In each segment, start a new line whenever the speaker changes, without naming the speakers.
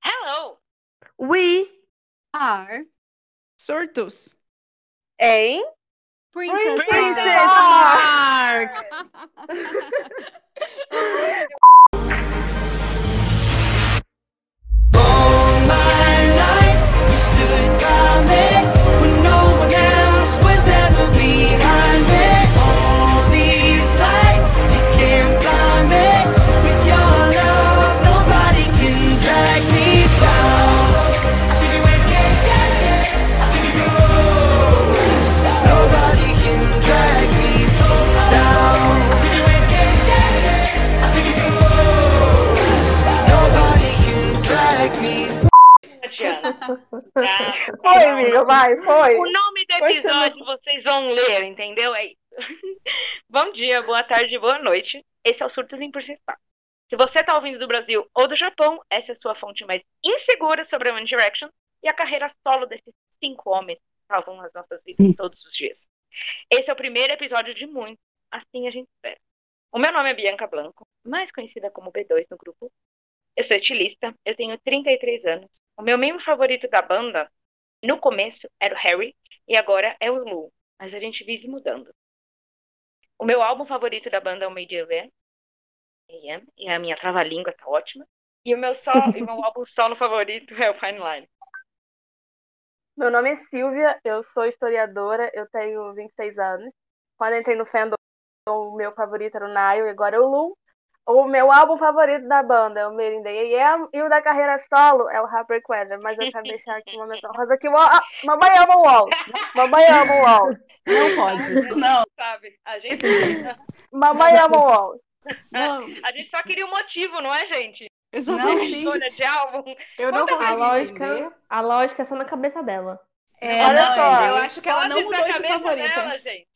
Hello.
We are
Surtos.
Hein?
Princess,
Princess
Park.
Tatiana. Tá.
Foi, amiga, vai, foi.
é O nome do
Pois
episódio vocês vão ler, entendeu? É isso. Bom dia, boa tarde, boa noite. Esse é o Surtos em Principal. Se você tá ouvindo do Brasil ou do Japão, essa é a sua fonte mais insegura sobre a One Direction e a carreira solo desses cinco homens que salvam as nossas vidas todos os dias. Esse é o primeiro episódio de muitos, assim a gente espera. O meu nome é Bianca Blanco, mais conhecida como B2 no grupo. Eu sou estilista, eu tenho 33 anos. O meu membro favorito da banda no começo era o Harry e agora é o Lou, mas a gente vive mudando. O meu álbum favorito da banda é o Made Event, AM, e a minha trava-língua tá ótima. E o meu, solo, e o meu álbum solo favorito é o Fine Line.
Meu nome é Silvia, eu sou historiadora, eu tenho 26 anos. Quando eu entrei no fandom, o meu favorito era o Nile e agora é o Lu. O meu álbum favorito da banda é o Made in the AM e o da carreira solo é o Heartbreak Weather, mas eu quero deixar aqui uma menção rosa que o ah, mamãe ama o Wall. Mamãe ama o Wall.
Não pode.
Não.
Sabe? A gente,
Mamãe ama o Wall.
Não,
a gente só queria um motivo, não é, gente?
exatamente.
Escolha de álbum.
eu não
A
consegui entender.
lógica, a lógica é só na cabeça dela.
É,
Olha
não,
só.
eu acho que ela não
Olhe pra
mudou esse
cabeça
favorito.
dela, gente.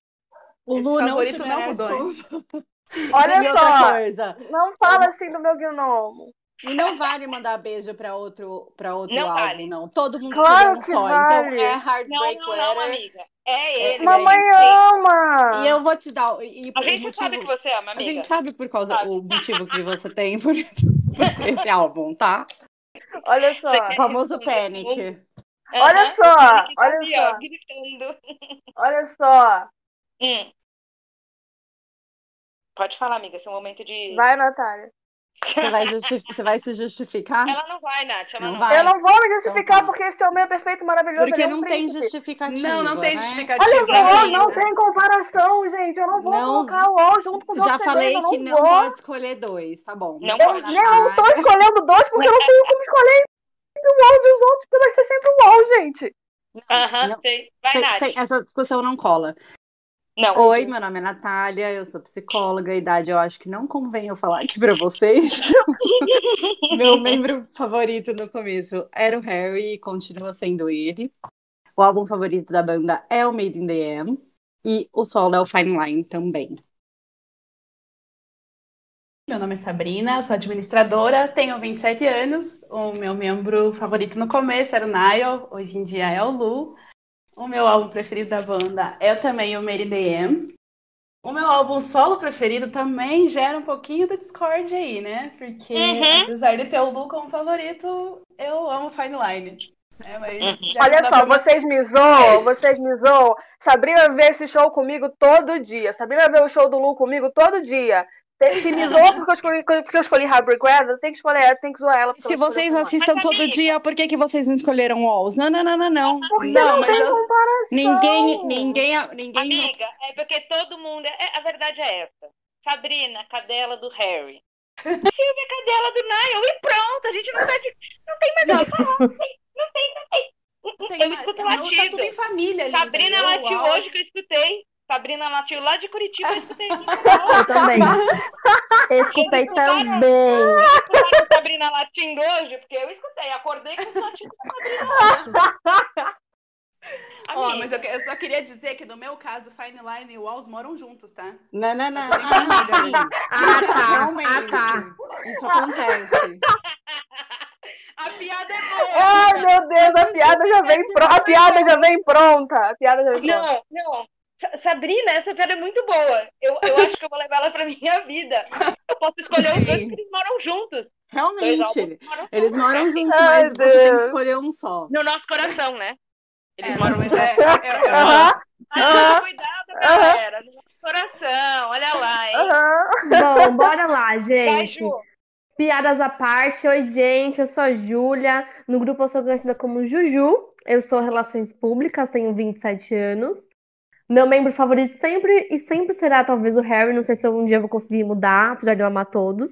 O
Esse
Lu não te
favorito não
merece
mudou, hein?
como-
Olha
E outra
só,
coisa.
não fala assim do meu gnomo.
E não vale mandar beijo pra outro, pra outro
Não
álbum,
vale.
não. Todo mundo escolheu um
Claro que
só.
vale.
Então é
Não,
Heartbreak
não, não,
Weather.
amiga. É ele.
Mamãe
isso.
ama.
E eu vou te dar. E, e
A
o
gente
motivo...
sabe que você ama,
A
amiga.
gente sabe por causa
Sabe.
o motivo que você tem por, por esse álbum, tá?
Olha só.
O
Você-
famoso
é.
Panic.
Olha
Aham.
só,
Ele que tá
olha
ali,
só.
ó, gritando.
Olha só.
Hum. Pode falar, amiga, esse é um momento de.
Vai, Natália.
Você vai, justi- você vai se justificar?
Ela não vai, Nath. Ela
Não
não,
vai.
Eu não vou me justificar
Então,
porque esse homem é perfeito, maravilhoso. ele
Porque
é um
não tem
príncipe.
justificativa.
Não, não tem
né?
justificativa.
Olha só,
Ainda.
não tem comparação, gente. Eu não vou
Não.
colocar o UOL junto com o
Já
Vox
falei
Sedenta, eu
que não
vou.
pode escolher dois, tá bom.
Não
Vai,
Eu
pode.
Natália.
não tô escolhendo dois porque eu não tenho como escolher entre o UOL e os outros, porque vai ser sempre o UOL, gente.
Aham,
Não.
sei. Vai,
Sem-
Nath.
sem- essa discussão não cola.
Não.
Oi, meu nome é Natália, eu sou psicóloga, idade eu acho que não convém eu falar aqui pra vocês. meu membro favorito no começo era o Harry e continua sendo ele. O álbum favorito da banda é o Made in the Am e o solo é o Fine Line também.
Meu nome é Sabrina, eu sou administradora, tenho 27 anos. O meu membro favorito no começo era o Nile, hoje em dia é o Lu. O meu álbum preferido da banda é também o Mary DM. O meu álbum solo preferido também gera um pouquinho da discórdia aí, né? Porque
Uhum.
apesar de ter o Lu como favorito, eu amo Fine Line. né? Mas
Uhum.
já
Olha
não dá
só,
pra-
vocês me zoam, vocês me zoam. Sabrina vê esse show comigo todo dia. Sabrina vê o show do Lu comigo todo dia. Tem- Se me zoa porque eu escolhi, porque eu escolhi Hybrid Weather, tem que escolher ela, tem que zoar ela. porque
Se
eu escolhi
vocês
Fine Line.
assistam
Mas,
todo
amiga-
dia, por que, que vocês não escolheram Walls? Não, não, não, não, não.
Porque
Não,
não,
mas
tem
eu-
comparação.
Ninguém, ninguém, ninguém.
Amiga, é porque todo mundo. é- a verdade é essa. Sabrina, cadela do Harry. Silvia, cadela do Niall. E pronto, a gente não tá de. Não tem mais o que falar. Não tem, não tem.
Tem
Eu
uma-
escuto
não, Tá
latido.
tudo né? em família ali,
Sabrina
entendeu?
latiu
Uau.
hoje que eu escutei. Sabrina latiu lá de Curitiba, eu escutei.
tá
Eu também. Escutei
"Ah,
também.
escutaram Sabrina latindo hoje? Porque eu escutei, acordei com tipo o latido da Sabrina.
Ó,
Amiga,
mas é eu, que- eu só queria dizer que no meu caso, Fine Line e Walls moram juntos, tá?
Não, não, não.
Ah, não, sim. Ah, tá.
Realmente.
Ah, tá.
Isso acontece.
a piada é boa.
Ai, meu Deus, a piada já vem pronta. A piada já vem pronta. A piada já vem pronta.
Não, não. Sa- Sabrina, essa piada é muito boa. Eu, eu acho que eu vou levar ela pra minha vida. Eu eu posso escolher os dois
Sim.
que eles moram juntos. Dois
Realmente,
álbuns que moram
eles
juntos,
moram
né?
juntos,
Ai,
mas você tem que
Deus.
escolher um só.
No nosso coração, né? Eles
É,
moram
não,
juntos.
mas é, eu- eu-
Aham,
Ah, cuidado, galera. No nosso coração, olha lá, hein?
aham.
Bom, bora lá,
Vai,
gente.
Ju.
Piadas à parte. Oi, gente. Eu sou a Júlia. No grupo eu sou conhecida como Juju. Eu sou Relações Públicas, tenho 27 anos. Meu membro favorito sempre e sempre será talvez o Harry. Não sei se algum dia eu vou conseguir mudar, apesar de eu amar todos.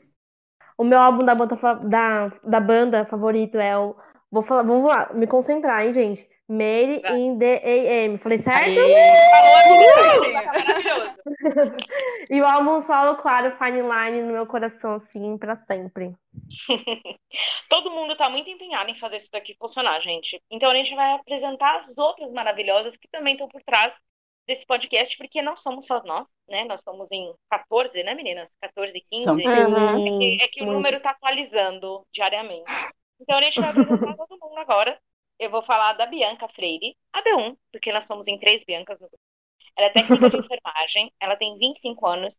O meu álbum da banda, fa- da, da banda favorito é o. Vou falar, vamos lá, me concentrar, hein, gente? Made
Vai.
in the AM. Falei certo?
É.
Falou aqui, tá maravilhoso.
E o álbum solo, claro, Fine Line no meu coração, assim, pra sempre.
Todo mundo tá muito empenhado em fazer isso daqui funcionar, gente. Então a gente vai apresentar as outras maravilhosas que também estão por trás desse podcast, porque não somos só nós, né? Nós somos em 14, né, meninas? 14, 15.
Somos.
É que, é que o
Muito.
número tá atualizando diariamente. Então a gente vai apresentar todo mundo agora. Eu vou falar da Bianca Freire, a B1, porque nós somos em três Biancas no grupo. Ela é técnica de enfermagem, ela tem 25 anos.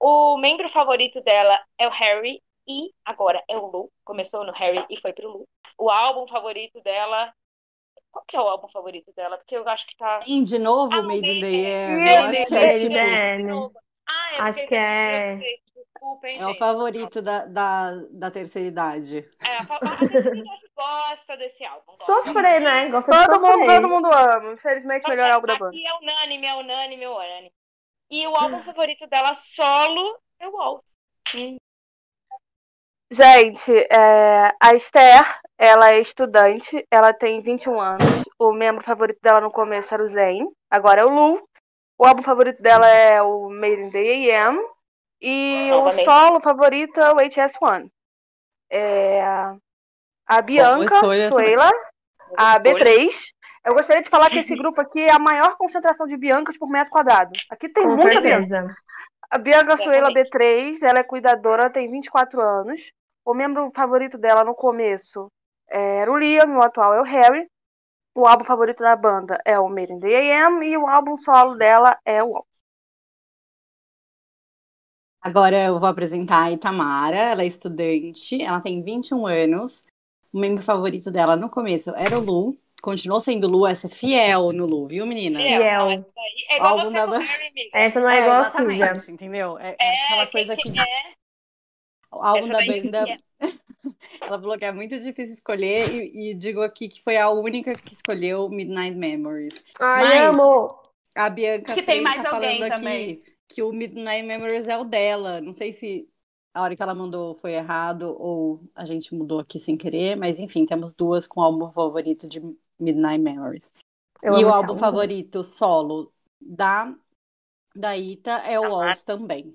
O membro favorito dela é o Harry e agora é o Lu. Começou no Harry e foi pro Lu. O álbum favorito dela. Qual que é o álbum favorito dela? Porque eu acho que tá.
Hein, de novo,
Ah,
Made in the
Made in
Air. Eu
the Air.
acho que é
Made in
tipo.
the Air. É, né?
Ah, é
Acho
porque-
que é-
eu sei, Desculpa, hein,
É o
gente.
favorito da, da, da terceira idade.
É, a fa- a Fabrício gosta desse álbum. Gosta.
Sofrer, né? Gosta de
Todo mundo,
sofrer.
todo mundo ama. Infelizmente, melhor álbum da banda. Ah.
Aqui é unânime, é unânime, é unânime. E o álbum favorito dela solo é o Waltz.
Gente, é, a Esther, ela é estudante, ela tem 21 anos. O membro favorito dela no começo era o Zayn, agora é o Lu. O álbum favorito dela é o Made in the AM. E
Novamente.
o solo favorito é o HS1. É, a Bianca,
escolha também.
Suela, a
Depois-
B3. Eu gostaria de falar que esse grupo aqui é a maior concentração de Biancas por metro quadrado. Aqui tem
Com
muita Bianca.
certeza.
A Bianca Suela
Exatamente.
B3, ela é cuidadora, tem 24 anos. O membro favorito dela no começo era o Liam, o atual é o Harry. O álbum favorito da banda é o Made in the AM e o álbum solo dela é o
Agora eu vou apresentar a Itamara, ela é estudante, ela tem 21 anos. O membro favorito dela no começo era o Lu, continuou sendo Lu, essa é fiel no Lu, viu, menina?
É,
Fiel.
mas aí- É igual
né? Álbum
você
da
com
Ban-
Harry, amiga.
Essa não é,
É,
igual a Suja.
exatamente, entendeu? É, é aquela coisa que
É,
o álbum
essa
da
daí que
banda,
é.
ela falou que é muito difícil escolher e, e digo aqui que foi a única que escolheu Midnight Memories.
Ai,
Mas-
amo.
A Bianca
Acho que tem
Freire
mais
tá
alguém
falando
também.
aqui que o Midnight Memories é o dela. Não sei se a hora que ela mandou foi errado ou a gente mudou aqui sem querer, mas enfim, temos duas com o álbum favorito de Midnight Memories.
Eu
e
amo
o
esse
álbum favorito solo da da Ita é o
Da
Walls também.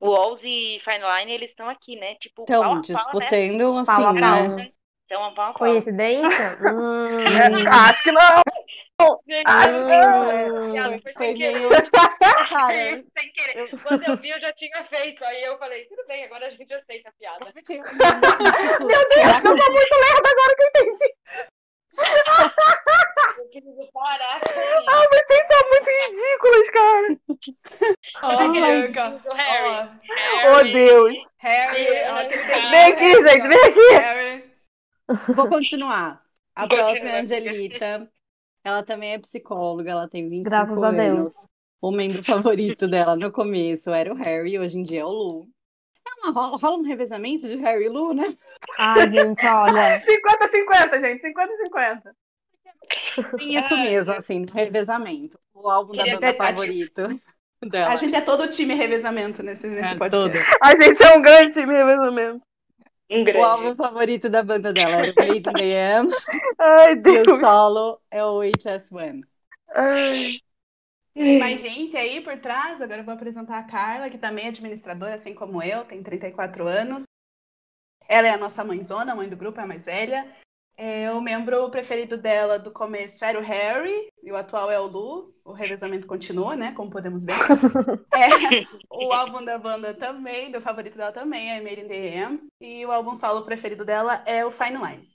O Walls e Fine Line, eles estão aqui, né? Tipo, pau a
Então,
pau, né?
disputando assim,
Pau a
né?
pau.
Então, pau a pau.
Coincidência? Hum.
Acho que não!
Gente,
Ai,
eu-
não.
Ela foi
Ah, Foi
sem querer.
meio. Cara,
Foi sem querer. Quando eu vi, eu já tinha feito. Aí eu falei, tudo bem, agora a gente aceita a piada.
Porque, assim, tipo, será que-
Eu preciso parar. assim,
Ah, vocês são muito ridículos, cara!
Ó,
Ai,
Bianca.
do Harry.
Ó,
É,
Oh, Deus!
Harry. ó, tem que
Vem
ter-
aqui,
É,
gente, vem aqui!
Harry.
Vou continuar. A
Continua,
próxima é a Angelita. Ela também é psicóloga, ela tem 25
Graças a Deus.
anos. O membro favorito dela no começo era o Harry, hoje em dia é o Lu. É uma- rola, rola um revezamento de Harry e Lu, né?
Ai, gente, olha.
50-50, gente, 50-50.
Tem isso mesmo, assim, revezamento. O álbum da
Queria
banda
ter-
favorito dela.
A gente é todo time revezamento nesse, nesse
É,
podcast.
todo.
A gente é um grande time, mais ou menos.
Um
O
grande.
álbum favorito da banda dela era o Made in the AM
Ai,
e o
Deus!
solo é o HS1.
Ai.
Tem mais gente aí por trás. Agora eu vou apresentar a Carla, que também é administradora, assim como eu, tem 34 anos. Ela é a nossa mãezona, a mãe do grupo, é a mais velha. É, o membro preferido dela do começo era o Harry, e o atual é o Lu. O revezamento continua, né? Como podemos ver. É, o álbum da banda também, do favorito dela também, é Made in the AM. E o álbum solo preferido dela é o Fine Line.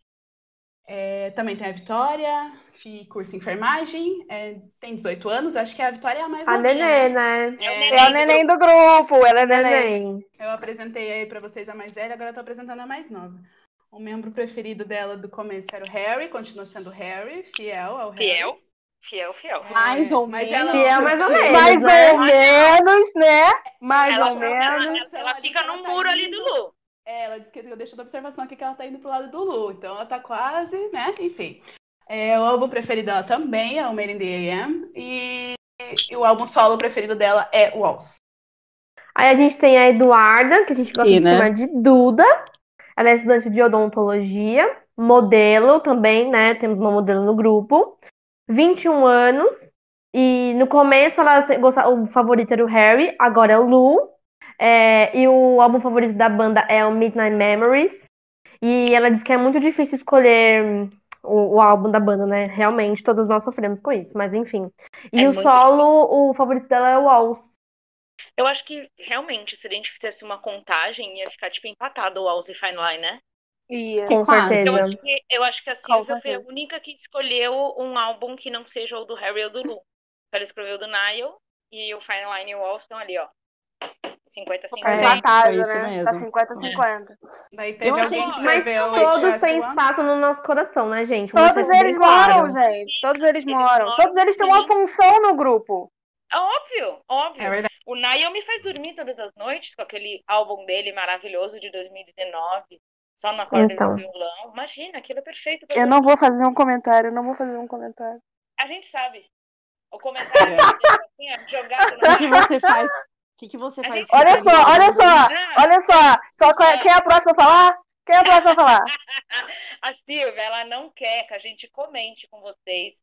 É, também tem a Vitória, fi- curso em enfermagem, é, tem 18 anos, acho que a Vitória é a mais
A
novinha,
nenê,
né?
né?
É o
É,
neném.
É o neném do grupo, ela é neném.
Neném.
Eu apresentei aí pra vocês a mais velha, agora eu tô apresentando a mais nova. O membro preferido dela do começo era o Harry, continua sendo o Harry, fiel ao Harry.
Fiel. Fiel, fiel.
É,
Mais ou
mas
menos.
ela-
Fiel é, mais ou menos,
Mais
né?
ou menos, né? Mais
Ela,
ou
ela, ela,
menos.
ela fica num muro ali do Lu.
É, ela disse que eu deixo da observação aqui que ela tá indo pro lado do Lu, então ela tá quase, né? Enfim. É, o álbum preferido dela também é o Made in the AM e, e o álbum solo preferido dela é Walls.
Aí a gente tem a Eduarda, que a gente gosta
E,
de
né?
chamar de Duda. Ela é estudante de odontologia, modelo também, né? Temos uma modelo no grupo. 21 anos. E no começo ela se- gostava, o favorito era o Harry, agora é o Lu. É, e o álbum favorito da banda é o Midnight Memories. E ela diz que é muito difícil escolher hum, o, o álbum da banda, né? Realmente, todos nós sofremos com isso, mas enfim. E
É
o
muito
solo, o favorito dela é o Walls.
Eu acho que realmente, se a gente fizesse uma contagem, ia ficar tipo empatado o Alves e Fine Line, né?
Ia.
Com
Quase.
Eu
certeza.
acho que, eu acho que a
Com
Silvia foi a
certeza.
única que escolheu um álbum que não seja o do Harry ou do Lu. Ela escreveu o do Nile e o Fine Line e o Walls estão ali, ó. 50-50.
Tá
É,
empatado,
foi isso
né?
mesmo.
Tá 50-50.
Daí teve
Eu achei
alguém que
que-
Mas
escreveu
todos têm
It Just One-
espaço no nosso coração, né, gente? Vamos
Todos
deixar
eles
bem claro.
moram, gente. Todos eles
Eles
moram.
moram,
Todos eles têm uma
sim.
função no grupo.
É Óbvio, óbvio.
É verdade.
O Nail me faz dormir todas as noites com aquele álbum dele maravilhoso de 2019, só na corda do
Então.
violão. Imagina, aquilo é perfeito. pra
Eu
dormir.
não vou fazer um comentário, eu não vou fazer um comentário.
A gente sabe. O comentário assim, ó, jogado
O
na
que você faz? O que, que você
A
faz?
gente-
com
Olha
aquele
só, olha só,
Ah,
olha só. Só qual é- quem é a próxima a falar? Quem é a próxima a falar?
A Silvia, ela não quer que a gente comente com vocês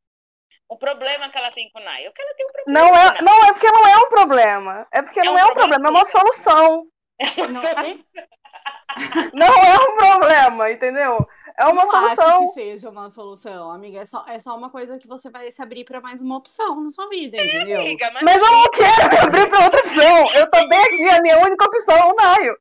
o problema que ela tem com o Nail. Que ela tem um problema.
Não
com
é,
o
não é porque não é um problema. É porque
É
não
um
é um
problema.
problema, é uma solução.
Não, eu
Não é um problema, entendeu? É uma
não acho
solução.
que seja uma solução, amiga. É só, é só uma coisa que você vai se abrir pra mais uma opção na sua vida, entendeu?
Nail, amiga, mas
Mas eu não quero me abrir pra outra opção. Eu tô bem aqui, a minha única opção é o Naio.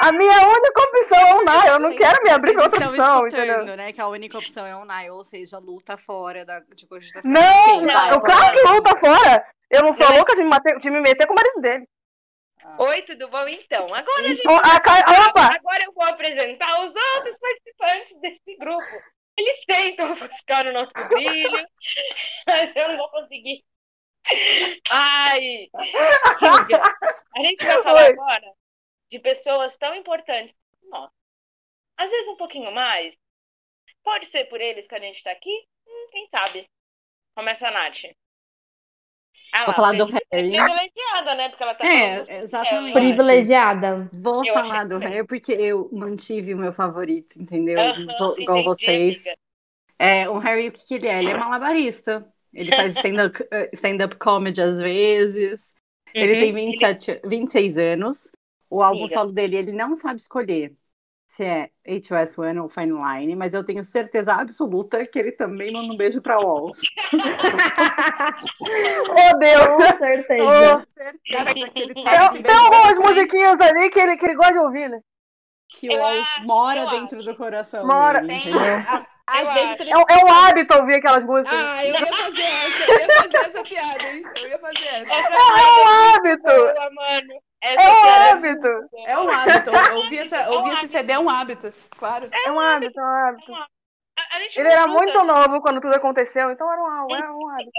A minha única opção é o Naio. Eu não quero me abrir pra outra
Vocês estão
opção,
escutando,
entendeu?
né? Que a única opção é o Nile, ou seja, luta fora da, de cogitação.
Não,
Quem
não,
vai
eu
eu
votar?
claro que não tá fora. Eu não sou
é
Eu-
louca de me, mate- de me meter com o marido dele.
Oi, tudo bom então? Agora
é
a gente
Ó, a Ca- Opa!
Agora eu vou apresentar os outros participantes desse grupo. Eles tentam buscar o nosso brilho, mas eu não vou conseguir. Ai! Silvia, a gente vai falar
Oi.
agora de pessoas tão importantes quanto nós. Às vezes um pouquinho mais. Pode ser por eles que a gente tá aqui? Hum, quem sabe? Começa a Nath. Ah
Vou falar do
Fernanda é
Harry.
privilegiada, né? Porque ela tá falando.
É, exatamente.
Privilegiada.
Vou
Eu
falar
acho
do
que sim.
Harry porque eu mantive o meu favorito, entendeu?
Aham,
Sou igual
entendi,
vocês.
amiga.
É, o Harry, o que que ele é? Ele é malabarista. Ele faz stand-up stand comedy às vezes. Ele
Uhum.
tem 27, 26 anos. O álbum
Amiga.
solo dele, ele não sabe escolher se é HOS One ou Fine Line, mas eu tenho certeza absoluta que ele também manda um beijo pra Walls.
Oh, Deus!
Com certeza.
Tenho certeza que é ele tá
Tem, tem algumas musiquinhas ali que ele, que ele gosta de ouvir, né?
que
Eu
o Walls
acho,
mora
eu
dentro do coração.
Mora.
dele,
Tem,
entendeu?
a- às
Eu
vezes
acho.
É, um- é um hábito ouvir aquelas músicas.
Ah, eu ia fazer essa, eu ia fazer essa piada, hein? Eu ia fazer essa.
Essa
É
piada
um hábito!
Boa, mano.
É um hábito!
É um hábito, ouvir, essa,
um
ouvir esse
hábito.
CD é um hábito, claro.
É um hábito, é um hábito.
A- a gente
Ele era
não
muito
julga.
novo quando tudo aconteceu, então era um, era um hábito.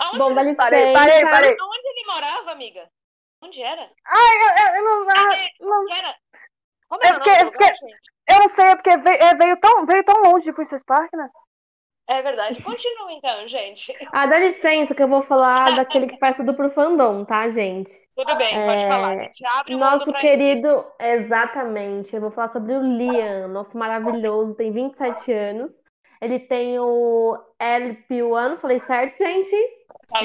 Aonde,
Bom, dá licença.
Parei, parei, parei.
aonde ele morava, amiga? Onde era?
Eu, eu- eu não, eu não-
Era. Como
Ah. É
era o
porque-
nome
é
do lugar, gente?
eu não sei, é porque veio, é, veio tão, veio tão longe de Princess Park, né?
É verdade. Continua então, gente.
Ah, dá licença que eu vou falar daquele que faz tudo pro fandom, tá, gente?
Tudo bem, pode
É,
falar. A gente abre o mundo
Nosso
pra
querido, exatamente, eu vou falar sobre o Liam, nosso maravilhoso, tem 27 anos. Ele tem o LP1, falei certo, gente?
ele.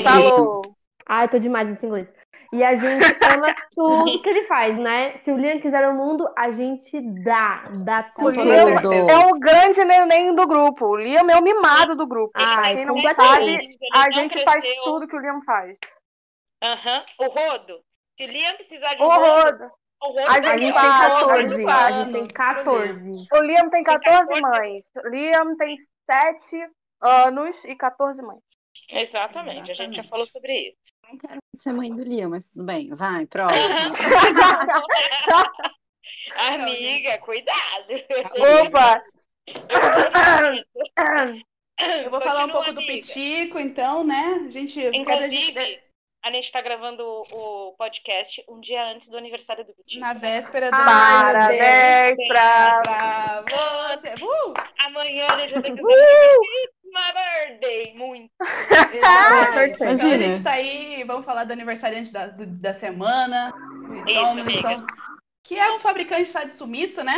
Tá bom.
Falou.
Ai, tô demais nesse inglês. E a gente ama tudo que ele faz, né? Se o Liam quiser o mundo, a gente dá, dá
Com
tudo.
toda
Porque eu-
certeza.
É o grande neném do grupo. O Liam é o mimado do grupo. Pra
Ai,
quem não sabe,
completamente.
Ele
É um a
não
gente
cresceu.
faz tudo que o Liam faz.
Aham. O rodo. Se Liam precisar de
Ô,
um rodo,
Roda!
O Rony
A
tá
A
aqui,
gente tem
gente
ó.
fala,
14.
fala.
A gente tem 14.
O Liam tem
Tem
14
14.
mães. Liam tem 7 anos e 14 mães.
Exatamente, a gente já
Exatamente.
falou sobre isso.
Não quero ser é mãe do Liam, mas tudo bem. Vai, próximo.
Amiga, cuidado.
Opa!
Eu vou falar um
É, Continua,
pouco do
amiga.
Pitico, então, né? A gente, cada gente
Inclusive, a gente tá gravando o o podcast um dia antes do aniversário do Vitinho.
na véspera do
Ai, meu
Parabéns pra.
pra você. Uh!
Amanhã a gente vai ter que fazer Happy birthday, muito.
Exatamente. Então, a
Imagina.
gente tá aí, vamos falar do aniversariante da, do- da semana, o
Isso,
Domino,
amiga.
são- que é um fabricante que está de sumiço, né?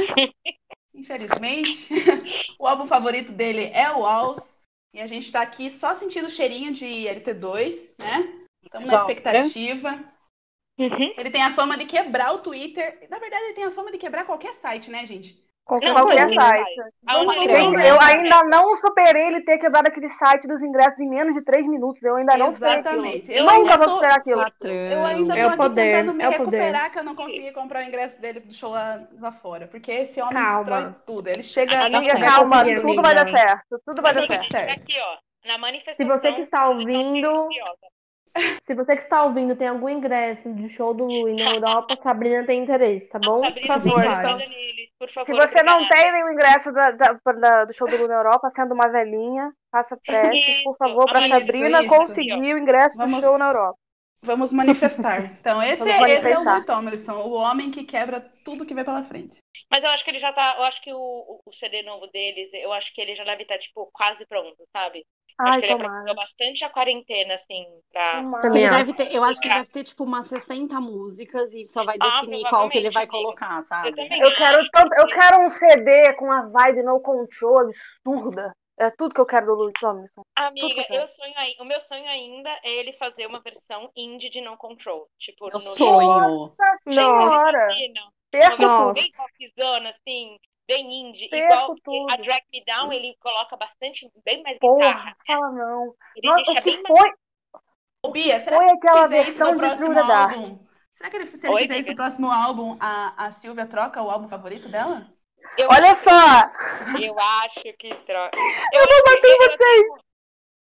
Infelizmente. O álbum favorito dele é o Walls. E a gente tá aqui só sentindo o cheirinho de LT2, né? Estamos na
Já, né?
expectativa.
Uhum.
Ele tem a fama de quebrar o Twitter. Na verdade, ele tem a fama de quebrar qualquer site, né, gente?
Não,
Qualquer
não,
site.
A única
Vamos
coisa
crer,
que
né?
Eu ainda não superei ele ter quebrado aquele site dos ingressos em menos de 3 minutos. Eu ainda não superei. aquilo.
Exatamente. Eu
Nunca vou
ainda tô- Ah, tá
superar aquilo.
Patrão.
Eu ainda
É
tô
o
aqui
poder,
tentando me
é o poder.
recuperar que eu não consegui comprar o ingresso dele do show lá, lá fora. Porque esse homem
Calma.
destrói tudo. Ele chega.
Ah,
Amiga,
certo.
calma,
Vai conseguir,
tudo vai dar
né?
amiga.
certo. Tudo vai dar
Amiga, a
certo.
gente tá aqui, ó, na manifestação.
Se você que está ouvindo,
ansiosa.
se você que está ouvindo tem algum ingresso de show do Lui na Europa, Sabrina tem interesse, tá bom?
Sabrina,
por favor,
por
então.
Nele, por favor,
Se você não
obrigada.
tem nenhum ingresso da- da- da- do show do Lula na Europa, sendo uma velhinha, faça prece, por favor, para
Isso,
Sabrina
isso.
conseguir o ingresso do
Vamos-
show na Europa.
Vamos manifestar. Então, esse,
Vamos
esse é o
manifestar.
Louis Tomlinson, o homem que quebra tudo que vem pela frente.
Mas eu acho que ele já tá. Eu acho que o- o, o CD novo deles, eu acho que ele já deve estar, tipo, quase pronto, sabe? acho
Ai,
que ele
tomara. Hum.
aproveitou bastante a quarentena, assim, pra.
Tomara.
Também
Ele
acho.
deve ter, eu acho que ele deve ter, tipo, umas 60 músicas e só vai
Ah,
definir qual que ele vai
provavelmente,
colocar,
Eu
sabe?
também
Eu quero,
acho
tanto,
que-
eu quero um CD com a vibe no control absurda. É tudo que eu quero do Louis Tomlinson.
Amiga,
Tudo bem.
eu sonho aí, o meu sonho ainda é ele fazer uma versão indie de No Control, tipo
Meu
no
sonho.
Nossa.
Senhora,
Latino,
perco
uma versão
tudo.
bem rockzona, assim, bem indie,
Perco
igual a
tudo.
Drag Me Down, ele coloca bastante, bem mais
Porra,
guitarra,
fala não.
ele
Nossa,
deixa
o
bem
que
mais...
foi,
Ô, Bia, será
foi
que
aquela
fizer isso
versão
no
de
próximo
Jura Dark?
álbum? Será que ele, se ele
Oi,
fizer isso
amiga?
no próximo álbum, a, a Silvia troca o álbum favorito dela?
Eu,
Olha só,
eu acho que troca. Eu, vou bater em vocês!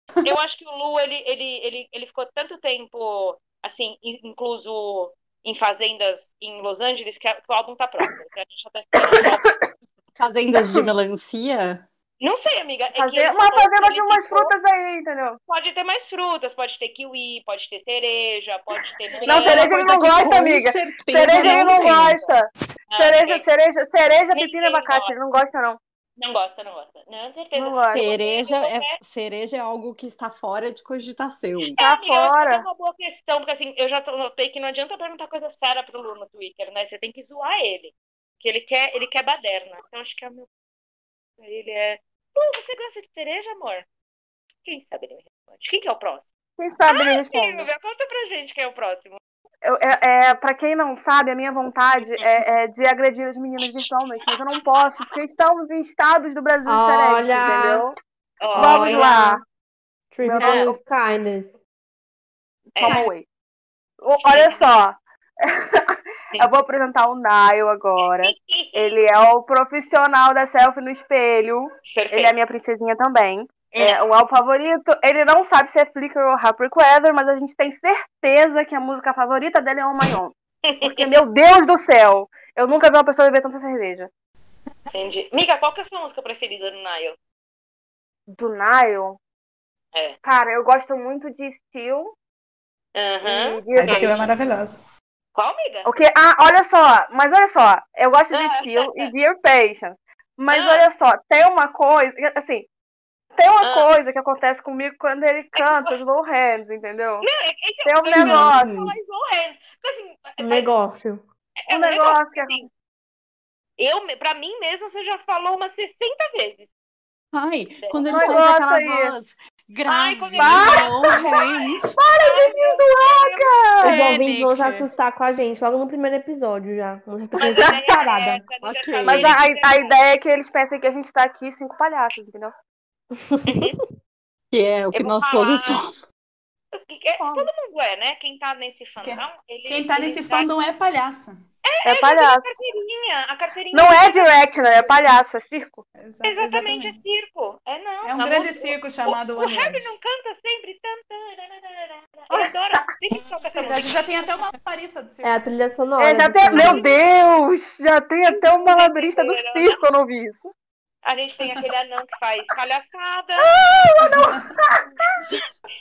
tipo, Eu acho que o Lu, ele, ele, ele, ele ficou tanto tempo, assim, in- incluso em fazendas em Los Angeles, que, a- que o álbum tá pronto. Então a gente já tá esperando o álbum
Fazendas de melancia.
Não sei, amiga. É que
fazer
ele
uma
falou
fazenda
que
de
ele
umas
ficou-
frutas aí, entendeu?
Pode ter mais frutas, pode ter kiwi, pode ter cereja, pode ter.
Não,
mel.
cereja ele não gosta, amiga. Cereja ele não gosta.
Ah,
Cereja,
ninguém-
cereja, cereja,
Ninguém
pepino e abacate.
gosta.
Ele não gosta, não.
Não gosta, não gosta. Não, certeza.
Não gosta.
Cereja é, cereja é algo que está fora de cogitação.
Tá
amiga, eu acho que
fora.
É uma boa questão, porque assim, eu já tô- notei que não adianta perguntar coisa séria pro Lu no Twitter, né? Você tem que zoar ele. Que ele quer, ele quer baderna. Então acho que é o meu. Ele é. Lu, você gosta de cereja, amor? Quem sabe ele me responde. Quem que é o próximo?
Quem sabe ele responde.
Silvia, conta pra Ah, gente quem é o próximo.
Eu, é, é, pra quem não sabe, a minha vontade é, é de agredir os meninos virtualmente, mas eu não posso, porque estamos em estados do Brasil diferentes,
Olha.
entendeu?
Ó,
Vamos
Olha.
lá,
Treat
Meu
people
Deus.
with kindness.
é.
toma away. O- Olha só, eu vou apresentar o Nile agora. Ele é o profissional da selfie no espelho.
Perfeito.
Ele é a minha princesinha também. É, o álbum favorito, ele não sabe se é Flickr ou Harper Weather, mas a gente tem certeza que a música favorita dele é On My Own. Porque, meu Deus do céu, eu nunca vi uma pessoa beber tanta cerveja.
Entendi. Mica, qual que é a sua música preferida do Nile?
do Nile.
É.
Cara, eu gosto muito de Steel.
Aham.
e de
Essa
Rage.
Silvia é maravilhosa.
Qual, amiga?
Hum. O que? Ah, olha só. Mas olha só. Eu gosto de
Ah.
Steel e Dear Patience. Mas
Ah.
olha só, tem uma coisa. Assim. Tem uma
Ah. É
coisa que acontece comigo quando ele canta Slow Hands,
Não,
entendeu?
é, é que
Tem um
eu-
negócio.
eu falo Slow Hands. Assim, mas
Um Negócio.
é
Um negócio que
assim, eu, me- pra mim mesmo, você já falou umas 60 vezes.
Ai, quando ele
Mas
faz aquela
gosta aí.
voz grave,
quando ele-
não,
Os
É,
ouvintes vão se
Nick.
assustar com a gente logo no primeiro episio já. Vamos já
Mas
tá
a ideia é
preparada.
essa, não
Ok.
já tá
Mas
bem,
a, a- a
né?
ideia é que eles pensem que a gente tá aqui cinco palhaços, entendeu?
que é o que
vou
nós
falar.
todos somos.
É, todo mundo é, né? Quem tá nesse fandom, ele-
Quem tá
ele
nesse
já-
fandom é palhaça.
É, palhaço.
A carteirinha, a carteirinha.
Não é direct, né? É palhaço, é circo.
Exatamente, é circo. É não.
É um
a
grande
música-
circo
o-
chamado
O
One
Harry
Head.
não canta sempre. Tan, tan, tararara. Eu adoro. Sempre toca essa
A
música.
gente já tem até uma parista do circo.
É a trilha sonora.
É, já
do
tem-
filme.
meu Deus! Já tem até um malabrista do circo, eu não vi isso.
A gente tem aquele anão que faz palhaçada.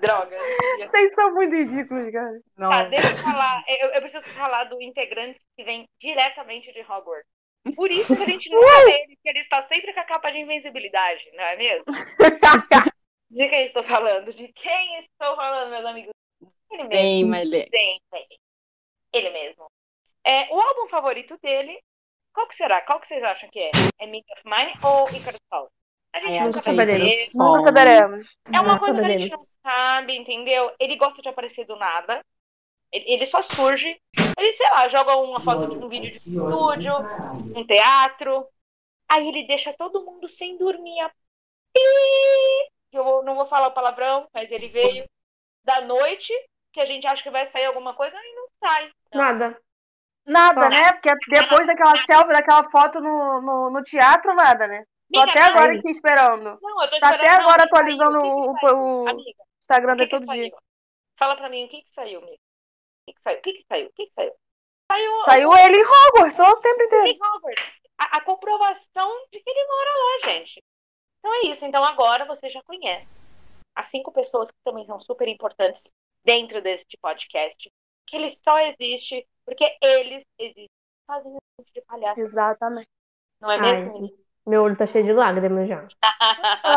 Droga. ia
Vocês são muito ridículos, cara.
Não.
Tá, deixa eu falar. Eu, eu preciso falar do integrante que vem diretamente de Hogwarts. Por isso que a gente nunca vê ele, que ele está sempre com a capa de invencibilidade, não é mesmo? De quem estou falando? De quem estou falando, meus amigos? Ele mesmo.
Bem, Malê.
Sim, sim. Ele mesmo. É, o álbum favorito dele, qual que será? Qual que vocês acham que é? É Meet of Mine ou Icarus Falls? A gente
É,
Ai,
nunca
acho que
vai
saberemos.
saber.
Nunca saberemos.
É uma
Nossa,
coisa que a gente
Denis.
não sabe, entendeu? Ele gosta de aparecer do nada. Ele, ele só surge. Ele, sei lá, joga uma foto de um vídeo de estúdio, um teatro. Aí ele deixa todo mundo sem dormir. a pi- Eu vou- não vou falar o palavrão, mas ele veio da noite, que a gente acha que vai sair alguma coisa e não sai.
Nada.
Nada, né? Porque depois daquela selfie, daquela foto no, no, no teatro, nada, né? Tô
Amiga,
até
não,
agora aqui esperando.
Não, eu tô
Tá
esperando-
até
não,
agora
o que que
atualizando
saiu?
o,
O que que saiu?
o
Amiga,
Instagram
o que
dele
que
todo dia.
saiu? Fala pra mim o que que saiu, amiga. O que que saiu? O que que saiu? O que que saiu? Saiu,
Saiu ele em Hogwarts, só o tempo inteiro.
Lee Hogwarts. A, a comprovação de que ele mora lá, gente. Então é isso. Então agora você já conhece as cinco pessoas que também são super importantes dentro deste podcast. Que ele só existe porque eles existem. Fazem a gente de palhaço,
Exatamente.
não é
Ai,
mesmo?
Meu olho tá cheio de lágrimas já.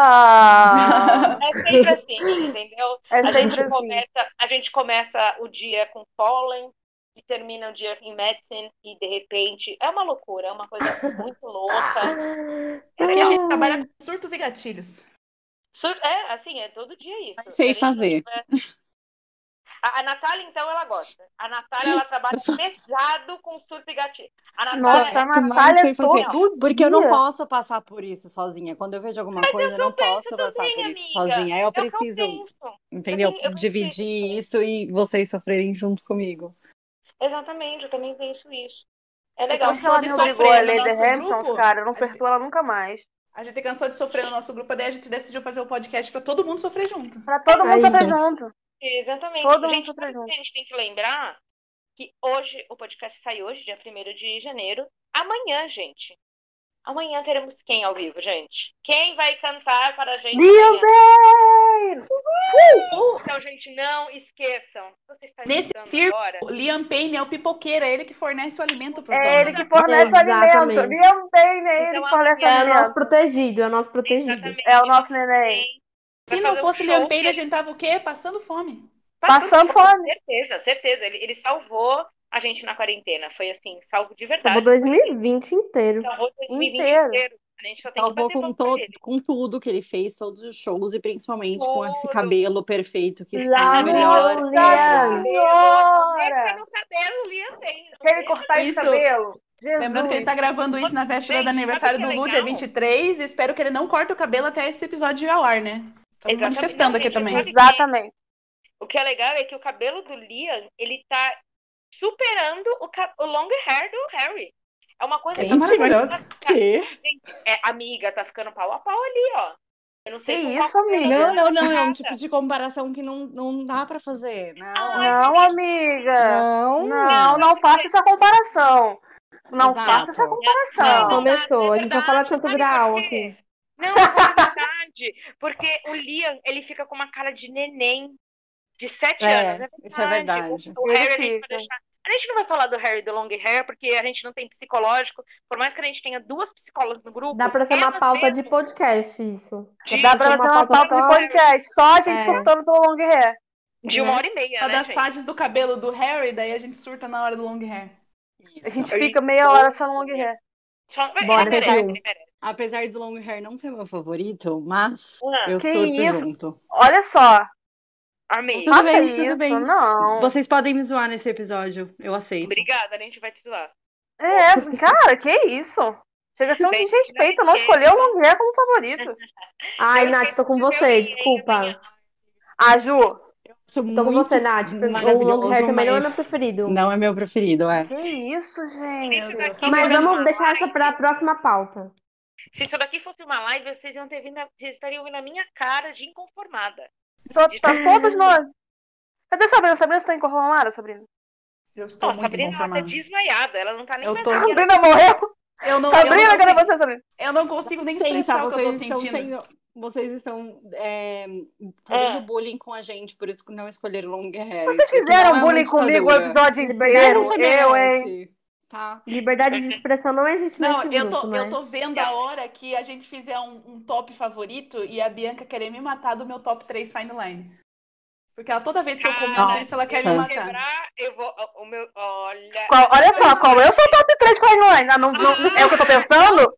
Ah,
É sempre assim, entendeu?
é
A gente,
sempre assim.
começa, a gente começa o dia com pólen e termina o dia em medicine e de repente é uma loucura, é uma coisa muito louca.
Aqui a gente trabalha com surtos e gatilhos.
Sur- É, assim, é todo dia isso.
sei
A gente
fazer.
não tiver- A, a Natália, então, ela gosta. A Natália, ela trabalha
Eu sou-
pesado com surto e gatilho. A Natália,
Nossa, a
mas não
Natália
sei
é
fazer.
todo
Porque eu não
dia.
posso passar por isso sozinha. Quando eu vejo alguma coisa, eu não posso passar
bem,
por isso
amiga.
sozinha. Aí eu
é o que
preciso,
penso.
entendeu?
tenho- eu preciso.
Dividir isso e vocês sofrerem junto comigo.
Exatamente, eu também penso isso. É legal.
Então, se ela me
Sofrendo
obrigou a
no
ler The
nosso
Hamptons,
grupo,
cara, eu não
a gente-
perdoa ela nunca mais.
A gente cansou de sofrer no nosso grupo, daí a gente decidiu fazer o podcast pra todo mundo sofrer junto.
Pra todo
É
mundo saber
isso.
junto.
Exatamente.
Todo mundo
gente,
tá
sabe o
junto.
que a gente tem que lembrar que hoje, o podcast sai hoje, dia 1 de janeiro. Amanhã, gente. Amanhã teremos quem ao vivo, gente? Quem vai cantar para a gente?
Meu
amanhã?
Deus!
Então, gente, não esqueçam. Você está
Nesse
escutando
circo-
agora.
O Liam Payne é o pipoqueiro, é ele que fornece o alimento pro
É ele
Dumbledore.
que fornece o alimento.
Exatamente.
Liam Payne é ele
Então,
que fornece o
É o nosso
alimento.
protegido, é o nosso protegido.
Exatamente.
É o nosso neném.
Vai
Se não
fazer um
fosse o
show
Liam Payne,
que
a gente tava o quê? Passando fome.
Passando fome.
Certeza, certeza. Ele, ele salvou a gente na quarentena. Foi assim, salvo de verdade.
Salvou 2020 inteiro.
Salvou 2020
Inteiro.
inteiro. A gente só tem que
Salvou
bater
com,
palma
to
pra ele.
com tudo que ele fez, todos os shows, e principalmente com esse
Tudo.
cabelo perfeito que está
Lá
o melhor.
no
cara.
Liam.
Deixa
Senhora!
no cabelo, o Liam tem.
Se ele cortar esse
Isso.
cabelo, Jesus.
Lembrando que ele tá gravando isso na véspera
Gente,
do aniversário
sabe
do
o que é
Lu, dia
legal?
23. e Espero que ele não corte o cabelo até esse episódio ir ao ar, né? Estamos
Exatamente.
manifestando aqui
Não, gente,
também.
sabe-
Exatamente.
O que é legal é que o cabelo do Liam, ele tá superando o, ca- o long hair do Harry. É uma coisa
Tá maravilhoso.
Quê?
É, amiga, tá ficando pau a pau ali, ó. Eu não sei
Que
com
isso,
qual
amiga?
cabelo. tá.
Não, não, não. É um tipo de comparação que não, não dá pra fazer. Não.
Não,
Ah,
amiga.
Não.
Não, não faça essa comparação. Não
Exato.
faça essa
Não,
comparação.
Começou, a gente só
verdade,
fala de Santo
sabe
Graal
por
aqui.
quê? Não, é verdade. Porque o Liam, ele fica com uma cara de neném de sete
É,
anos. É
isso é verdade.
O, o
Ele
Harry, a gente,
fica.
vai deixar- a gente não vai falar do Harry do long hair, porque a gente não tem psicológico. Por mais que a gente tenha duas psicólogas É no grupo.
Dá pra ser uma
elas
pauta de
mesmas
podcast, isso.
Dá
Isso é
pra ser uma pauta de
só-
podcast. Só a gente
É.
surtando pelo long hair.
de uma hora e meia,
Só
né,
Tá das
gente?
fases do cabelo do Harry, daí a gente surta na hora do long hair.
A gente
Aí,
fica meia hora só no long hair.
Só... ele
Bora,
merece,
Brasil.
ele merece.
Apesar do long hair não ser meu favorito, mas
Ah,
eu
que
surto
isso?
junto.
Olha só.
Amei.
Tudo
Faça
bem, tudo
isso.
bem.
Não.
Vocês podem me zoar nesse episódio. Eu aceito.
Obrigada, né, a gente vai te zoar.
É, cara, que isso? Chega a ser um
Bem,
desrespeito não
bem,
escolher o long hair como favorito.
Ai, Nath, tô com
Eu
você,
ganhei
desculpa.
amanhã.
Ah, Ju,
acho
Tô com
muito
você, Nath. porque O
maravilhoso,
long hair também não é meu
mas
preferido.
Não é meu preferido, é.
Que isso,
Isso
gente?
daqui
tá
Mas
fosse tá uma
vamos deixar
live-
essa pra próxima pauta.
Se isso daqui fosse uma live, vocês iam ter vindo, a- vocês estariam vendo a minha cara de inconformada.
Tô, tá todos nós. Cadê Sabrina? Sabrina, você tá incorporada, Sabrina?
Eu estou
Ó,
muito
Sabrina, ela tá
conformada.
desmaiada, ela não tá nem
Eu
mais
tô-
aqui, ela-
Sabrina morreu?
Eu não, eu,
Sabrina,
não
cadê
consigo,
você, Sabrina?
eu não consigo nem
Pensa,
expressar o que eu tô
tá, vocês estão
sentindo.
sendo- Vocês estão é, fazendo
Ah.
bullying com a gente, por isso que não escolheram long hair.
Vocês
Isso aqui não
fizeram
é uma
bullying comigo o
ditadura.
episódio
Liberdade
inteiro. Eu, hein?
Tá.
Liberdade de expressão não existe
Não,
nesse
eu
grupo,
tô,
né?
eu tô vendo a hora que a gente fizer um, um top favorito e a Bianca querer me matar do meu top 3 fine line. Porque ela, toda vez que eu comento
Nossa.
isso, ela quer
Sim.
me
Se
matar.
quebrar, eu vou. O meu. Olha.
Qual- olha só, qual é o seu top 3 com a Ah, não, não, é o que eu tô pensando?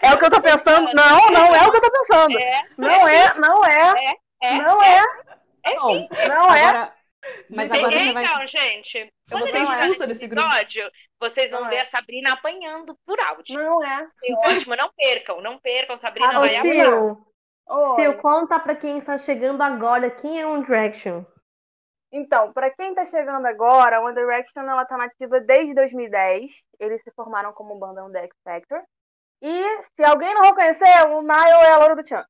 É,
É o que eu tô pensando? Não, não é o que eu tô pensando.
É,
Não é, não é,
é.
não é,
Bom,
não é.
agora- Mas
Gente,
agora você vai.
Então, gente,
Eu vou
quando
ser
terminar
expulsa
esse
desse grupo.
episódio, vocês vão
Não
ver
é.
a Sabrina apanhando por áudio.
Não é.
É ótimo, não percam, não percam. Sabrina
Ah,
Ô,
vai
sim.
apanhar.
Sil, Sil,
Oi.
conta pra quem está chegando agora quem é One Direction.
Então, pra quem tá chegando agora, a One Direction ela tá nativa desde 2010. Eles se formaram como banda no The X Factor. E se alguém não reconhecer, o Nile é a loura do Chan.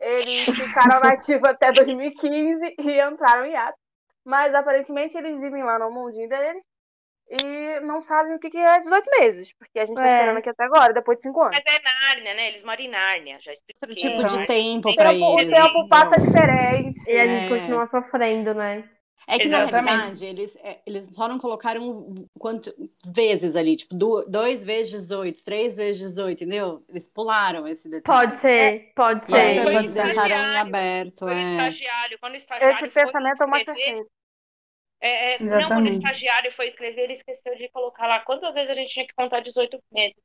Eles ficaram nativa até 2015 e entraram em ato. Mas aparentemente eles vivem lá no mundinho deles e não sabem o que que é 18 meses, porque a gente tá
É.
esperando aqui até agora, depois de 5 anos.
Mas é Nárnia, né? Eles moram em Nárnia. Já é.
Outro
expliquei.
tipo
Então,
de tempo
tem
pra
Tempo- o
eles. então.
tempo
entendeu?
passa tá diferente. né?
E a gente
É.
continua sofrendo, né?
É que na
Exatamente.
realidade eles, é, eles só não colocaram quanto, vezes ali, tipo, 2 vezes 18, 3 vezes 18, entendeu? Eles pularam esse detalhe.
Pode ser, pode
E aí
ser.
Foi
eles
um
deixaram em
estagiário.
aberto.
Quando o
É.
estagiário, quando o estagiário
Esse
foi
pensamento é uma
escrever-
terceira.
é, é, não, quando o
Exatamente.
estagiário foi escrever, ele esqueceu de colocar lá quantas vezes a gente tinha que contar 18 meses.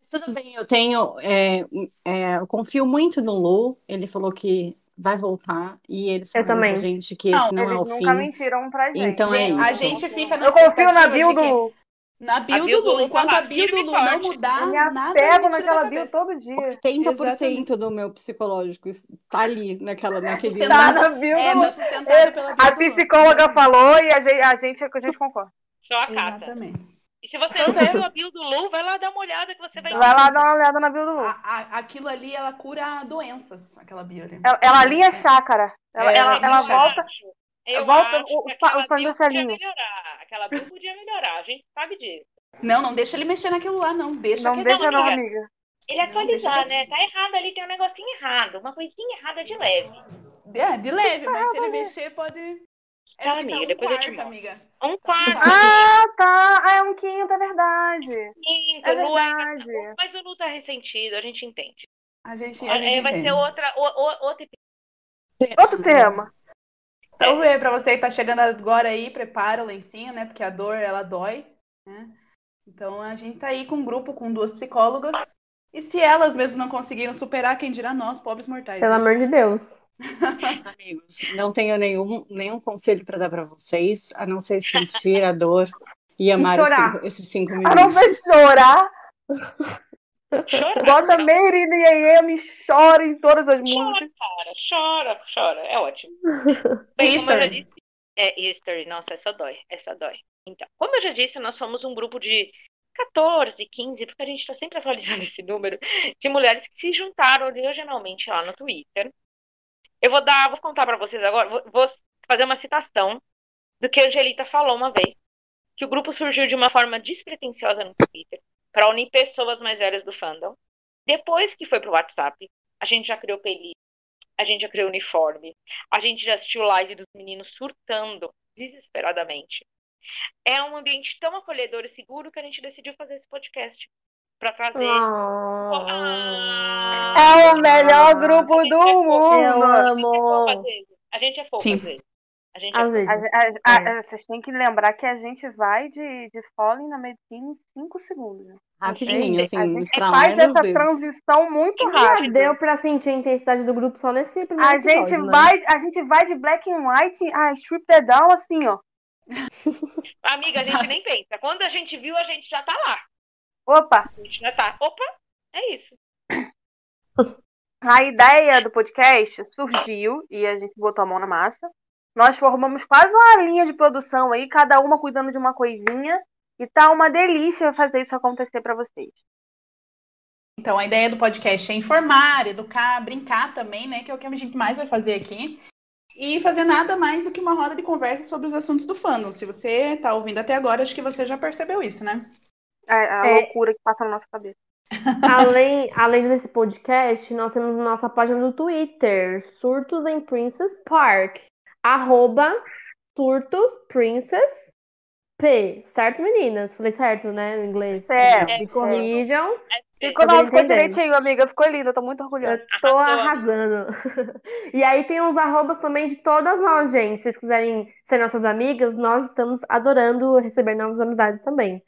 Mas tudo bem, eu tenho. é, é, eu confio muito no Lu. Ele falou que vai voltar. E eles
Eu
falaram pra
também.
gente que
Não,
esse não é o
Eles
fim.
nunca mentiram pra gente.
Então é
A
isso.
gente fica na
Eu confio na
expectativa
bio
de que-
do.
Na bio
A bio
do Lu.
do Lu
Enquanto
tá
a
lá,
bio do
firme e
Lu não
forte.
Eu
mudar,
me
nada é
apego
mentira
naquela
da
bio
cabeça.
todo dia.
80% do meu psicológico está ali, naquela, naquele.
Tá
Tá.
na bio
É,
do.
tá sustentado pela bio
A
do Lu.
psicóloga falou e a gente, a gente, a gente concorda.
Só a cata.
Exatamente.
E se você não viu a bio do Lu, vai lá dar uma olhada que você vai
Vai lá dar uma olhada na bio do Lu.
A- a- aquilo ali, ela cura doenças, aquela bio ali.
É, Ela, ela alinha a chácara. Ela,
É,
ela,
alinha
ela
a chácara.
volta.
acho- Eu
volta
acho
o-
que
o
aquela
fa- o Fábio
bio podia
Celinho.
melhorar. Aquela bio podia melhorar, a gente sabe disso.
Não, não deixa ele mexer naquilo lá, não. Deixa
Não
que
não,
deixa não,
amiga.
amiga.
Ele
Não,
atualizar,
deixa
né? Tá errado ali, tem um negocinho errado, uma coisinha errada de leve.
É, de leve, mas se ele mexer, pode. É
Tá,
porque
amiga,
um
depois eu te
quarto,
mostro.
amiga.
Um quarto,
Ah, tá. Ah, é um quinto, é verdade.
quinto,
É
Lu ainda-
verdade.
Mas Então, o Lu tá ressentido, a gente entende.
A gente. A gente
É, vai
entende.
ser outra, o, o, outra
Outro tema.
Então, é, pra você que tá chegando agora aí, prepara o lencinho, né? Porque a dor, ela dói, né? Então, a gente tá aí com um grupo com duas psicólogas. E se elas mesmo não conseguiram superar, quem dirá nós, pobres mortais. né?
Pelo amor de Deus.
tá-
Amigos, não tenho nenhum, nenhum conselho para dar para vocês, a não ser sentir a dor e amar os
chorar.
cinco- esses cinco
A não
minutos.
ser chorar,
Chora,
bota Meirinho e Amy, chora em todas as músicas.
chora, cara. Chora, chora. É ótimo. Bem, como eu já disse. É, history, nossa, essa dói, essa dói. Então, como eu já disse, nós somos um grupo de 14, 15, porque a gente está sempre atualizando esse número, de mulheres que se juntaram originalmente lá no Twitter. Eu vou dar, vou contar para vocês agora, vou, vou fazer uma citação do que a Angelita falou uma vez, que o grupo surgiu de uma forma despretensiosa no Twitter, para unir pessoas mais velhas do fandom. Depois que foi pro WhatsApp, a gente já criou pelinho, a gente já criou uniforme, a gente já assistiu live dos meninos surtando desesperadamente. É um ambiente tão acolhedor e seguro que a gente decidiu fazer esse podcast para trazer
Ah.
É o melhor grupo do
É
Eu
mundo.
amo.
A gente é fofa,
Sim.
às vezes. A gente é
Às
fofa.
A-
vezes.
a- a- Vocês têm que lembrar que a gente vai de, de Fallen na medicina em 5 segundos. né?
Rapidinho, assim,
a gente
estralar
faz
nos
essa
dedos.
transição muito
Já
rápido.
deu pra sentir a intensidade do grupo só nesse primeiro
A gente,
episódio, né?
vai, a gente vai de black and white, a strip the down assim, ó.
Amiga, a gente nem pensa. Quando a gente viu, a gente já tá lá.
Opa,
A gente já tá. Opa, é isso.
a ideia do podcast surgiu e a gente botou a mão na massa. Nós formamos quase uma linha de produção aí, cada uma cuidando de uma coisinha. E tá uma delícia fazer isso acontecer pra vocês.
Então, a ideia do podcast é informar, educar, brincar também, né? Que é o que a gente mais vai fazer aqui. E fazer nada mais do que uma roda de conversa sobre os assuntos do fandom. Se você tá ouvindo até agora, acho que você já percebeu isso, né?
A, a
É.
loucura que passa na nossa cabeça.
Além, além desse podcast, nós temos nossa página no Twitter, Surtos em Princess Park. Arroba Surtos Princess P. Certo, meninas? Falei certo, né? No inglês.
Certo,
Me
certo.
corrijam.
Ficou,
Tô
não, ficou
entendendo.
direitinho, amiga. Ficou lindo, eu tô muito orgulhosa.
Eu tô
Arrasou.
arrasando. E aí tem os arrobas também de todas nós, gente. Se vocês quiserem ser nossas amigas, nós estamos adorando receber novas amizades também.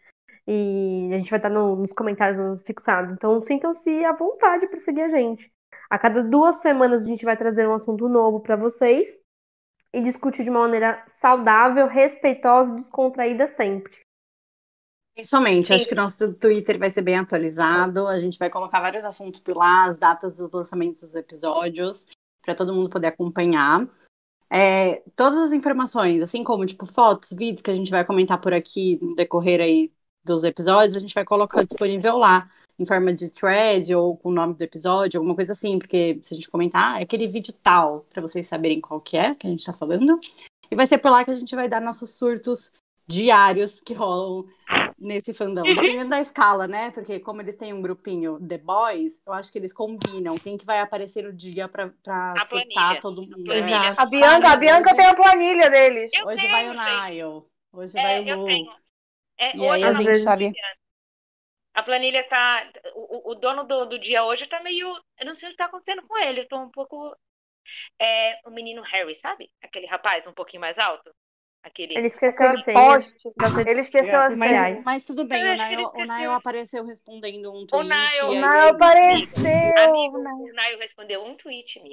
E a gente vai estar no- nos comentários no fixado. Então sintam-se à vontade para seguir a gente. A cada duas semanas a gente vai trazer um assunto novo para vocês e discutir de uma maneira saudável, respeitosa e descontraída sempre.
Principalmente, acho que nosso Twitter vai ser bem atualizado. A gente vai colocar vários assuntos por lá, as datas dos lançamentos dos episódios, para todo mundo poder acompanhar. É, todas as informações, assim como tipo fotos, vídeos que a gente vai comentar por aqui no decorrer aí dos episódios, a gente vai colocar disponível lá, em forma de thread ou com o nome do episódio, alguma coisa assim, porque se a gente comentar, ah, é aquele vídeo tal, para vocês saberem qual que é que a gente tá falando. E vai ser por lá que a gente vai dar nossos surtos diários que rolam nesse fandom.
Uhum.
Dependendo da escala, né? Porque como eles têm um grupinho The Boys, eu acho que eles combinam quem que vai aparecer o dia pra, pra
A
surtar
planilha.
todo mundo.
planilha.
Exato.
A Bianca, a
Ai,
Bianca
hoje-
tem a planilha deles.
Eu
Hoje
tenho,
vai o
gente.
Nile. Hoje
É,
vai o
eu
Lu.
tenho. É,
E
hoje
aí
eu
a
não
gente
tô
sabe-
confiando. A planilha tá. O, o- o dono do, do dia hoje tá meio. Eu não sei o que tá acontecendo com ele. Eu tô um pouco. É, o menino Harry, sabe? Aquele rapaz um pouquinho mais alto. Aquele.
Ele esqueceu a senha.
Poste.
das redes
Ele esqueceu a
Mas-
senha.
Mas tudo bem,
Então, Eu
o
acho que
Nile,
ele
o Nile
esqueceu.
apareceu respondendo um tweet.
Nile-
e aí
O
Não,
é isso.
Amigo,
apareceu.
o Nayo respondeu um tweet meu.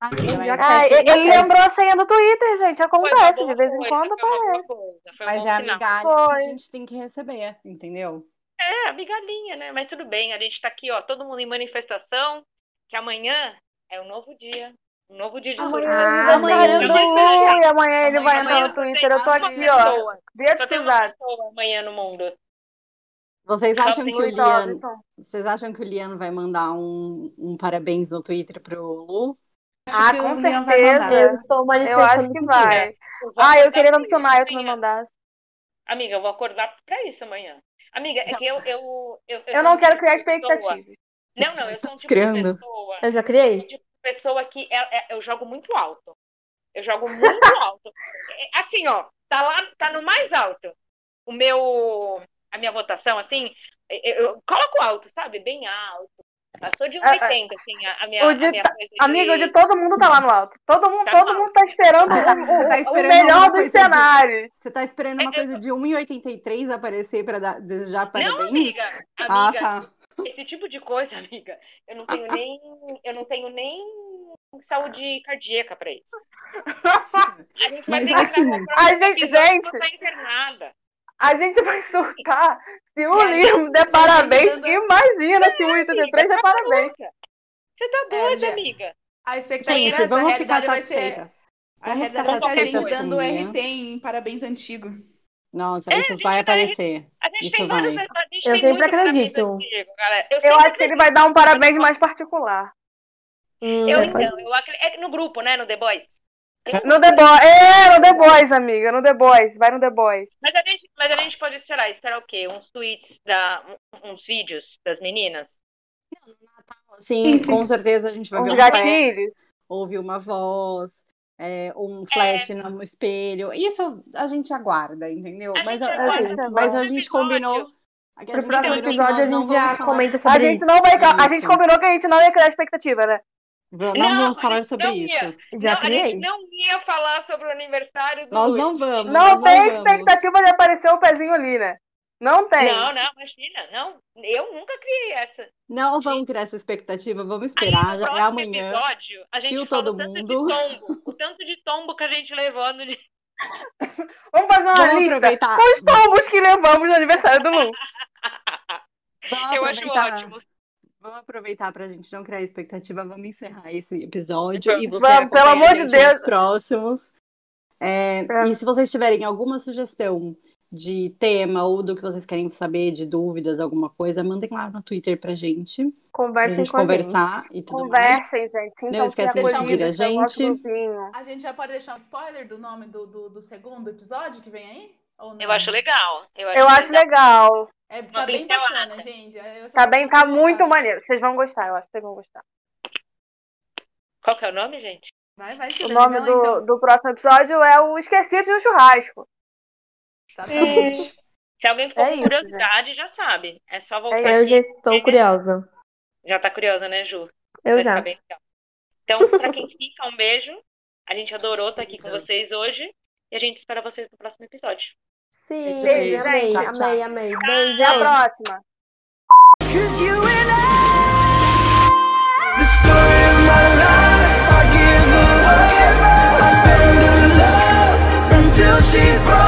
Amiga, mas-
Já
Ah,
Acontece,
ele ele
acontece.
lembrou a senha do Twitter, gente.
Foi uma
Acontece,
boa
de vez em
coisa,
quando
foi uma boa
aparece.
coisa, foi um
Mas
bom
é a
sinal.
migalha
Foi.
que a gente tem que receber, entendeu?
É, amigalhinha, né? Mas tudo bem, a gente tá aqui, ó, todo mundo em manifestação, que amanhã é um novo dia. Um novo dia de surto.
Amanhã
Ah,
é aniversário
amanhã.
do Lu, e amanhã ele vai
Amanhã
entrar no
só
Twitter.
tem
Eu tô
uma
aqui, ó.
pessoa.
Dedo
Só tem uma
pesado.
pessoa amanhã no mundo.
Vocês
Tá
acham que o
Luiz
Lian,
Robinson.
vocês acham que o Lian vai mandar um, um parabéns no Twitter pro Lu?
Ah,
que
com
o Leon vai mandar.
certeza.
Eu estou
Eu acho
manifestando
que
tudo.
vai.
Eu vou
Ah, eu
acordar
queria
pra
tanto que o
isso
Nayo que me
amanhã.
mandasse.
Amiga, eu vou acordar pra isso amanhã. Amiga, é que eu. Eu, eu,
Eu não
sou um
quero
tipo
criar
de pessoa-
expectativas.
Não, não, eu sou um
Estamos
tipo
criando.
de pessoa.
Eu já criei?
pessoa que é- é- eu jogo muito alto. Eu jogo muito alto. É, Assim, ó, tá lá, tá no mais alto. O meu, a minha votação, assim, é, é, eu, coloco alto, sabe? Bem alto. Passou de
Ah, ah.
1,80, assim, a, a minha,
O
a
de
minha coisa de-
Amiga, o de todo mundo tá lá no alto. Todo mundo,
Tá no
todo
alto.
mundo tá esperando
Você tá-
o-
você tá
o- o
esperando
melhor
alguma
dos
coisa de-
cenários.
Você tá esperando uma coisa de 1,83 aparecer pra dar, desejar
tá
parabéns?
É, Não, amiga,
Ah,
amiga,
tá.
esse tipo de coisa, amiga, eu não tenho nem, eu não tenho nem saúde cardíaca pra isso. A gente vai
Mas
ter que
assim,
gravar
A
um
gente,
episódio
gente,
que eu tô internada.
a gente vai surtar. Se o
E aí,
livro der
tá
parabéns,
dando-
imagina se o 83 der é parabéns.
Você tá
É,
doida,
já-
amiga?
A expectativa é
Gente,
essa, a
vamos ficar
realidade vai ser.
satisfeitas.
A
Vamos ficar assim, né?
realidade vai ser a gente
satisfeitas
dando
comigo.
RT em parabéns antigo.
Nossa,
É,
isso
gente,
vai
eu parei-
aparecer.
A gente
Isso
tem vários-
vai.
a gente
Eu
tem
sempre
muitos
acredito.
amigos antigos, galera. Eu,
Eu
sempre
acho que ele
acredito.
vai dar um parabéns mais particular.
Hum,
Eu
depois-
então, eu acredito. É no grupo, né? No The Boys.
No The Boys. É, no The Boys, amiga. No The Boys. Vai no The Boys.
Mas a gente, mas a gente pode esperar. Esperar o quê? Uns tweets, da, um- uns vídeos das meninas?
Sim,
sim.
com certeza a gente vai ver
Uns
um pé,
gatilhos.
ouvir uma voz, é, um flash no espelho. Isso a gente aguarda, entendeu?
A
Mas
gente
a,
aguarda.
gente- mas a
Próximo
gente
episódio.
combinou. a que a
Pro
gente
um
próximo
combinou que
episódio
Então,
a
nós não
gente
vamos
já
falar-
comenta
A
sobre
gente
isso.
não vai. ca- A
Isso.
gente combinou que a gente não ia criar expectativa, né?
Não,
Não,
vamos
a
falar
gente
sobre
não
isso.
ia.
Já
não, a gente
criei.
não ia falar sobre o aniversário do
Nós
Luiz.
não vamos.
Não
nós
tem
vamos.
expectativa de aparecer o pezinho ali, né? Não tem.
Não, não, imagina. Não, eu nunca criei essa.
Não vamos criar essa expectativa, vamos
Aí,
esperar.
no
já-
próximo
é amanhã.
Episódio, a gente
Tio
fala
todo
o tanto
mundo.
De tombo, o tanto de tombo que a gente levou no
Vamos fazer uma
Vamos
lista.
aproveitar.
Os tombos que levamos no aniversário do Lu.
Vamos
Eu acho
aproveitar.
ótimo.
Vamos aproveitar pra gente não criar expectativa. Vamos encerrar esse episódio.
Vamos.
E você
Vamos, pelo
acompanha a
amor de
gente
Deus.
nos próximos. É,
É.
E se vocês tiverem alguma sugestão de tema ou do que vocês querem saber, de dúvidas, alguma coisa, mandem lá no Twitter pra gente. Pra
Conversem
gente
com a
conversar
gente.
e tudo mais.
Conversem, gente. Então,
Não esquece
tem
de
a
seguir
coisinha
a
que eu gosto
gente.
do vinho.
A gente já pode deixar um spoiler do nome do, do, do segundo episódio que vem aí? Ou não?
Eu acho legal. Eu acho
Eu acho legal.
É, tá
Uma né?
bem
pincelada.
bacana, gente. Eu só
Tá
gosto
bem,
de
tá
comentar.
muito maneiro. Vocês vão gostar, eu acho que vocês vão gostar.
Qual que é o nome, gente?
Vai, vai,
O
Silvia,
nome
revela,
do,
então.
do próximo episódio é o Esquecido e o Churrasco.
Tá Exatamente.
Se alguém ficou
É
com
isso,
curiosidade, já sabe. É só voltar.
É
Eu
aqui.
já estou curiosa.
Já tá curiosa, né, Ju?
Eu
Vai
já.
ficar bem legal. Então, pra quem fica, um beijo. A gente adorou estar aqui com vocês hoje. E a gente espera vocês no próximo episódio.
Sim,
Beijo,
amei,
beijo,
amei,
gente.
amei, amei. Beijo.
Até a próxima.
The story of my life, I give her up. I spend her love until she's broke.